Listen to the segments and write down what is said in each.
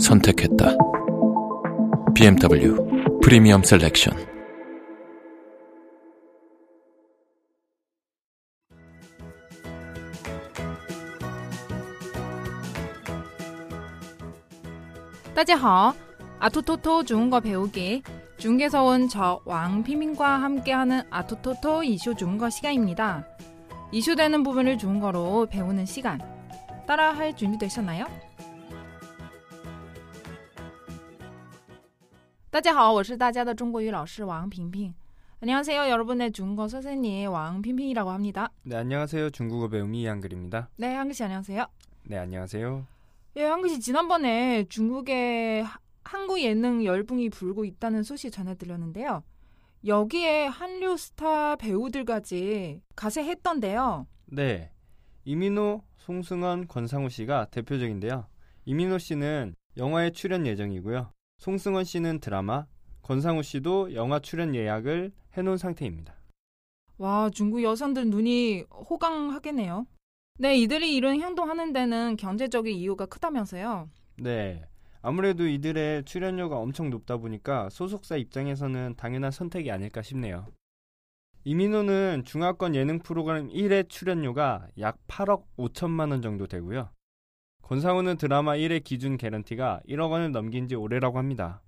선택했다. BMW 프리미엄 셀렉션. 따지하 아토토토 중국어 배우기 중국에서 온 저 왕피민과 함께하는 아토토토 이슈 중국어 시간입니다. 이슈되는 부분을 중국어로 배우는 시간 따라할 준비되셨나요? 따지하我是大家的中国语老师王平平 안녕하세요 여러분의 중국어 선생님 왕핑핑이라고 합니다. 네 안녕하세요 중국어 배움이 양글입니다. 네 한글씨 안녕하세요. 네 안녕하세요. 예, 한글씨 지난번에 중국의 하- 한국 예능 열풍이 불고 있다는 소식 전해드렸는데요. 여기에 한류 스타 배우들까지 가세했던데요. 네 이민호, 송승헌, 권상우 씨가 대표적인데요. 이민호 씨는 영화에 출연 예정이고요. 송승헌 씨는 드라마, 권상우 씨도 영화 출연 예약을 해놓은 상태입니다. 와, 중국 여성들 눈이 호강하겠네요. 네, 이들이 이런 행동하는 데는 경제적인 이유가 크다면서요. 네 아무래도 이들의 출연료가 엄청 높다 보니까 소속사 입장에서는 당연한 선택이 아닐까 싶네요. 이민호는 중화권 예능 프로그램 1회 출연료가 약 8억 5천만 원 정도 되고요. 권상우는 드라마 1회 기준 개런티가 1억 원을 넘긴 지 오래라고 합니다.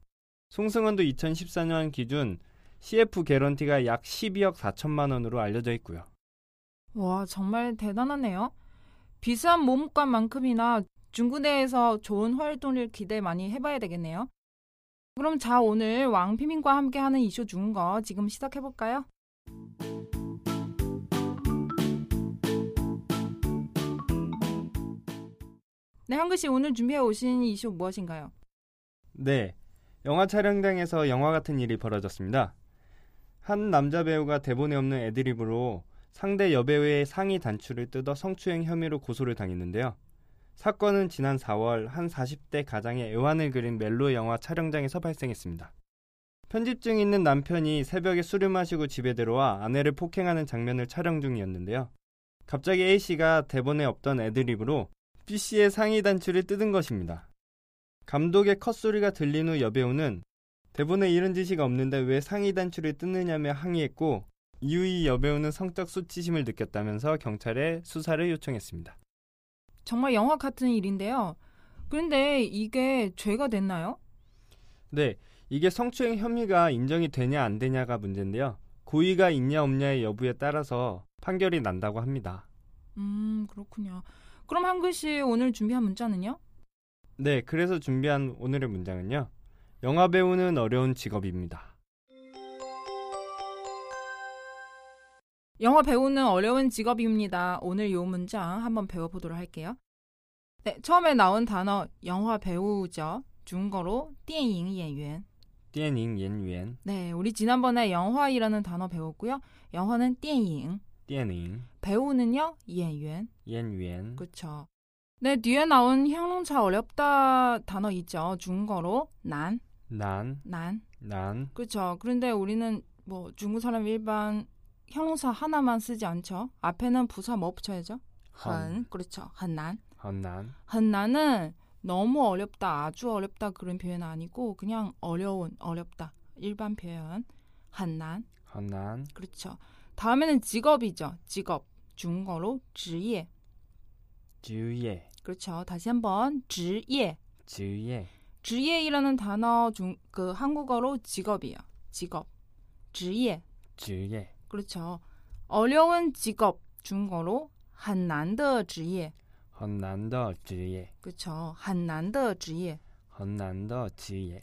송승헌도 2014년 기준 CF 개런티가 약 12억 4천만 원으로 알려져 있고요. 와, 정말 대단하네요. 비싼 몸값만큼이나 중국 내에서 좋은 활동을 기대 많이 해봐야 되겠네요. 그럼 자, 오늘 왕피민과 함께하는 이슈 중거 지금 시작해볼까요? 네, 한글씨 오늘 준비해 오신 이슈 무엇인가요? 네, 영화 촬영장에서 영화 같은 일이 벌어졌습니다. 한 남자 배우가 대본에 없는 애드립으로 상대 여배우의 상의 단추를 뜯어 성추행 혐의로 고소를 당했는데요. 사건은 지난 4월 한 40대 가장의 애환을 그린 멜로 영화 촬영장에서 발생했습니다. 편집증 있는 남편이 새벽에 술을 마시고 집에 들어와 아내를 폭행하는 장면을 촬영 중이었는데요. 갑자기 A씨가 대본에 없던 애드립으로 B씨의 상의 단추를 뜯은 것입니다. 감독의 컷소리가 들린 후 여배우는 대본에 이런 지시가 없는데 왜 상의 단추를 뜯느냐며 항의했고 이후 이 여배우는 성적 수치심을 느꼈다면서 경찰에 수사를 요청했습니다. 정말 영화 같은 일인데요. 그런데 이게 죄가 됐나요? 네, 이게 성추행 혐의가 인정이 되냐 안 되냐가 문제인데요. 고의가 있냐 없냐의 여부에 따라서 판결이 난다고 합니다. 음, 그렇군요. 그럼 한글씨 오늘 준비한 문자는요? 네, 그래서 준비한 오늘의 문장은요. 영화 배우는 어려운 직업입니다. 영어 배우는 어려운 직업입니다. 오늘 요 문장 한번 배워보도록 할게요. 네, 처음에 나온 단어 영화 배우죠. 중국어로 电影演员. 띠엔잉 옌유엔, 네, 우리 지난번에 영화이라는 단어 배웠고요. 영화는 电影, 띠엔잉 배우는요 演员. 옌유엔, 그렇죠. 네, 뒤에 나온 형용사 어렵다 단어 있죠. 중국어로 난, 난, 난. 난, 그렇죠. 그런데 우리는 뭐 중국 사람 일반 형용사 하나만 쓰지 않죠. 앞에는 부사 뭐 붙여야죠? 很 그렇죠. 很难. 헌난, 很难은 너무 어렵다, 아주 어렵다 그런 표현 아니고 그냥 어려운, 어렵다 일반 표현. 很难 헌난, 그렇죠. 다음에는 직업이죠. 직업 중국어로 职业 주예, 그렇죠. 다시 한번 职业 주예, 职业이라는 단어 중 그 한국어로 직업이에요. 직업 职业 주예, 그렇죠. 어려운 직업 중국어로 很难的职业 헌난더 주예, 그렇죠. 很难的职业 헌난더 주예,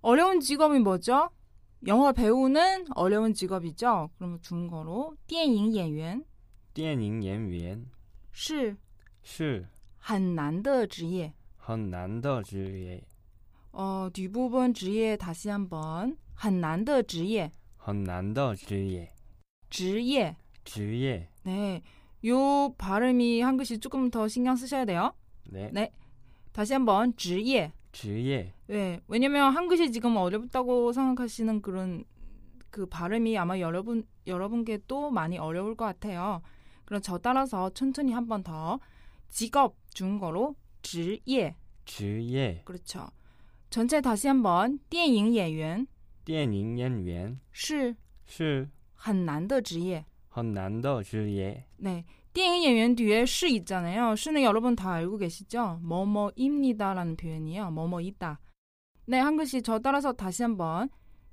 어려운 직업이 뭐죠? 영화 배우는 어려운 직업이죠. 그럼 중국어로 电影演员 띠엔잉 옌위엔, 是是很难的职业.很难的职业， 어, 뒷부분 주의에 다시 한번. 很难的 주의에. 很难的职业， 주의에. 职业， 네. 요 발음이 한 글씨 조금 더 신경 쓰셔야 돼요. 对， 네. 다시 한번 주의에. 职业， 네. 왜냐면 한 글씨 지금 어렵다고 생각하시는 그런 그 발음이 아마 여러분 여러분께 또 많이 어려울 것 같아요. 그럼 저 따라서 천천히 한 번 더 직업 중거로 주예 职业， 그렇죠. 전체 다시 한번 电影演员电影演员是是很难的职业很难的职业。 네. 电影演员 뒤에 시 있잖아요. 시는 여러분 다 알고 계시죠? 뭐뭐입니다라는 표현이요. 뭐뭐 있다. 네, 한 글씨 저 따라서 다시 한번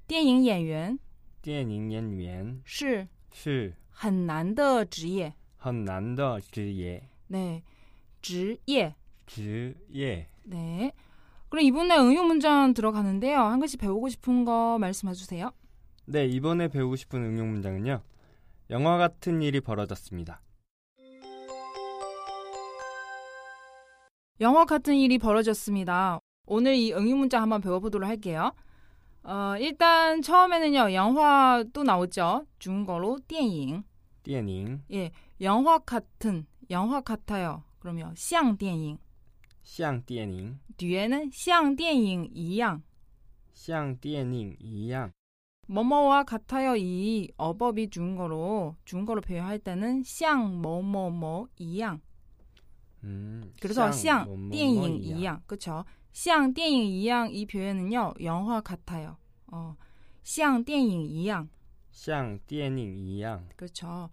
电影演员电影演员是是很难的职业。很难的职业， 네, 职业.职业。 네. 그럼 이번에 응용 문장 들어가는데요. 한 글씨 배우고 싶은 거 말씀해 주세요. 네, 이번에 배우고 싶은 응용 문장은요. 영화 같은 일이 벌어졌습니다. 영화 같은 일이 벌어졌습니다. 오늘 이 응용 문장 한번 배워보도록 할게요. 어, 일단 처음에는요. 영화 또 나오죠. 중국어로 电影.电影 예, 영화 같은, 영화 같아요. 그럼요. 像电影.像电影， 뒤에는 像电影一样.像电影一样， 뭐뭐와 같아요 이 어법이 중거로 중거로 표현할 때는 像 뭐뭐뭐 이양 嗯， 그래서 像某某某电影 이양 그쵸 像电影 이양 이 표현은요 영화 같아요 어, 像电影 이양 像电影一样， 그쵸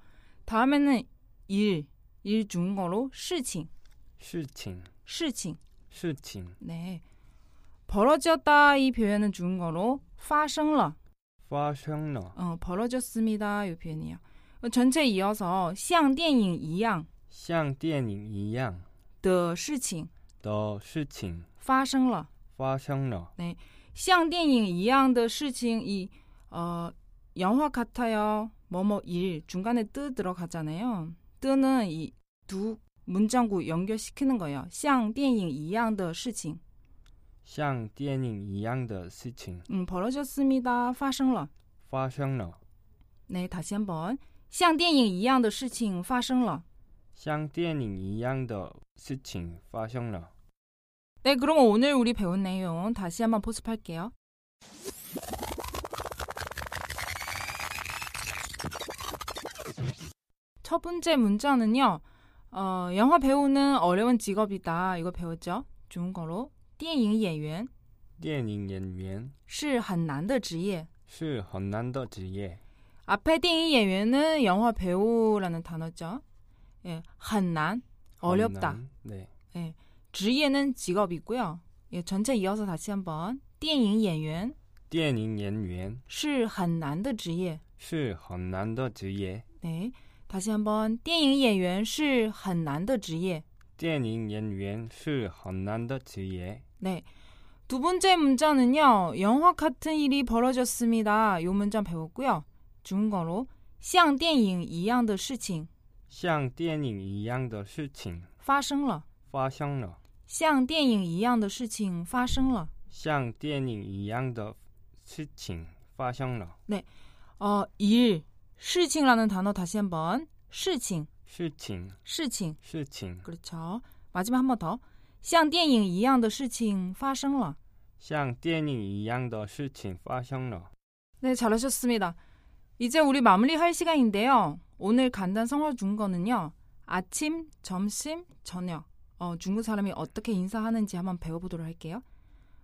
다음에는 일, 일 중거로 事情,事情，事情事情 네 벌어졌다 이 표현은 중거로 发生了发生了， 어, 벌어졌습니다 이 표현이요 전체 이어서 像电影 이양 像电影一样的事情的事情发生了，发生了，像电影一样的事情이어영화같아요 뭐뭐 일 중간에 뜨 들어가잖아요. 뜨는 이 두 문장구 연결시키는 거예요. 像电影一样的事情像电影一样的事情 음벌어졌습니다发生了。发生了， 네다시한번像电影一样的事情发生了。像电影一样的事情发生了。 네그럼 오늘 우리 배운 내용 다시 한번 포습할게요. 첫 번째 문자는요. 어, 영화 배우는 어려운 직업이다. 이거 배웠죠? 중국어로 电影演员电影演员是很难的职业.是很难的职业， 앞에 电影演员은 영화 배우라는 단어죠. 예, 很难 어렵다. 很难对， 职业는 직업이고요. 예, 전체 이어서 다시 한번 电影演员电影演员是很难的职业.哎是很难的职业， 네. 다시 한번 电影演员是很难的职业.电影演员是很难的职业。 네. 哎 두 번째 문자는요. 영화 같은 일이 벌어졌습니다. 요 문장 배웠고요. 중국어로 像电影一样的事情像电影一样的事情发生了.发生了，像电影一样的事情发生了.像电影一样的事情发生了， 어, 일, 事情라는 단어 다시 한번. 事情,事情事情.事情 그렇죠. 마지막 한 번 더. 像电影一样的事情发生了.像电影一样的事情发生了。 네, 잘하셨습니다. 이제 우리 마무리할 시간인데요. 오늘 간단 성어 중거는요. 아침, 점심, 저녁. 어, 중국 사람이 어떻게 인사하는지 한번 배워보도록 할게요.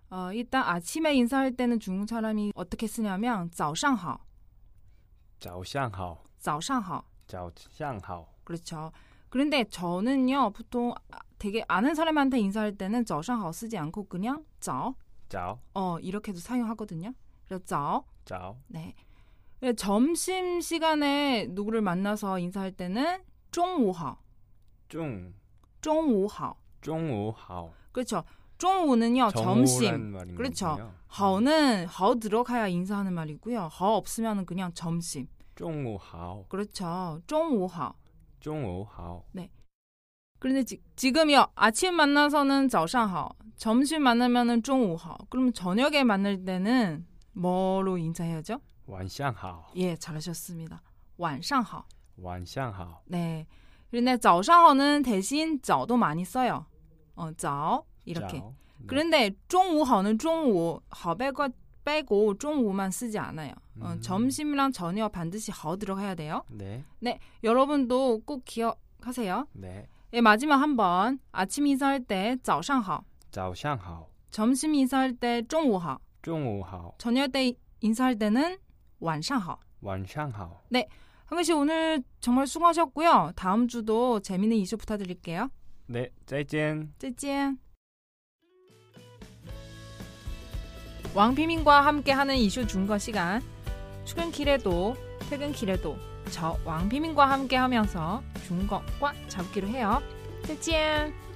어, 일단 아침에 인사할 때는 중국 사람이 어떻게 쓰냐면 早上好,早上好，早上好.早上好， 그렇죠. 그런데 저는요. 보통 아- 되게 아는 사람한테 인사할 때는 早上好 쓰지 않고 그냥 早,早 어, 이렇게도 사용하거든요. 그래서 早早 네. 네, 점심 시간에 누구를 만나서 인사할 때는 中午好,中中午好.中午好， 그렇죠. 中午는요 점심. 정오란 말인 哦 그렇죠. 거군요. 好는好 들어가야 인사하는 말이고요. 好 없으면은 그냥 점심. 中午好， 그렇죠. 中午好.中午好， 그런데 지, 지금요 아침 만나서는 早上好, 점심 만나면은 中午好. 그럼 저녁에 만날 때는 뭐로 인사해야죠? 완샹하오. 예, 잘하셨습니다. 晚上好. 완샹하오. 네. 그런데 早上好는 대신 早도 많이 써요. 어, 早 이렇게. 짜오. 네. 그런데 中午好는 中午好 빼고 빼고 中午만 쓰지 않아요. 어, 음. 점심이랑 저녁 반드시 好 들어가야 돼요. 네. 여러분도 꼭 기억하세요. 네. 예, 마지막 한번 아침 인사할 때 早上好, 자오샹하오. 점심 인사할 때 中午好, 중오하오. 저녁 때 인사할 때는 晚上好. 완샹하오. 한글 씨 오늘 정말 수고하셨고요. 다음 주도 재밌는 이슈 부탁드릴게요. 네. 짜이젠. 再见. 왕피민과 함께하는 이슈 중거 시간. 출근길에도 퇴근길에도 저 왕피민과 함께하면서 중거과 잡기로 해요. 再见.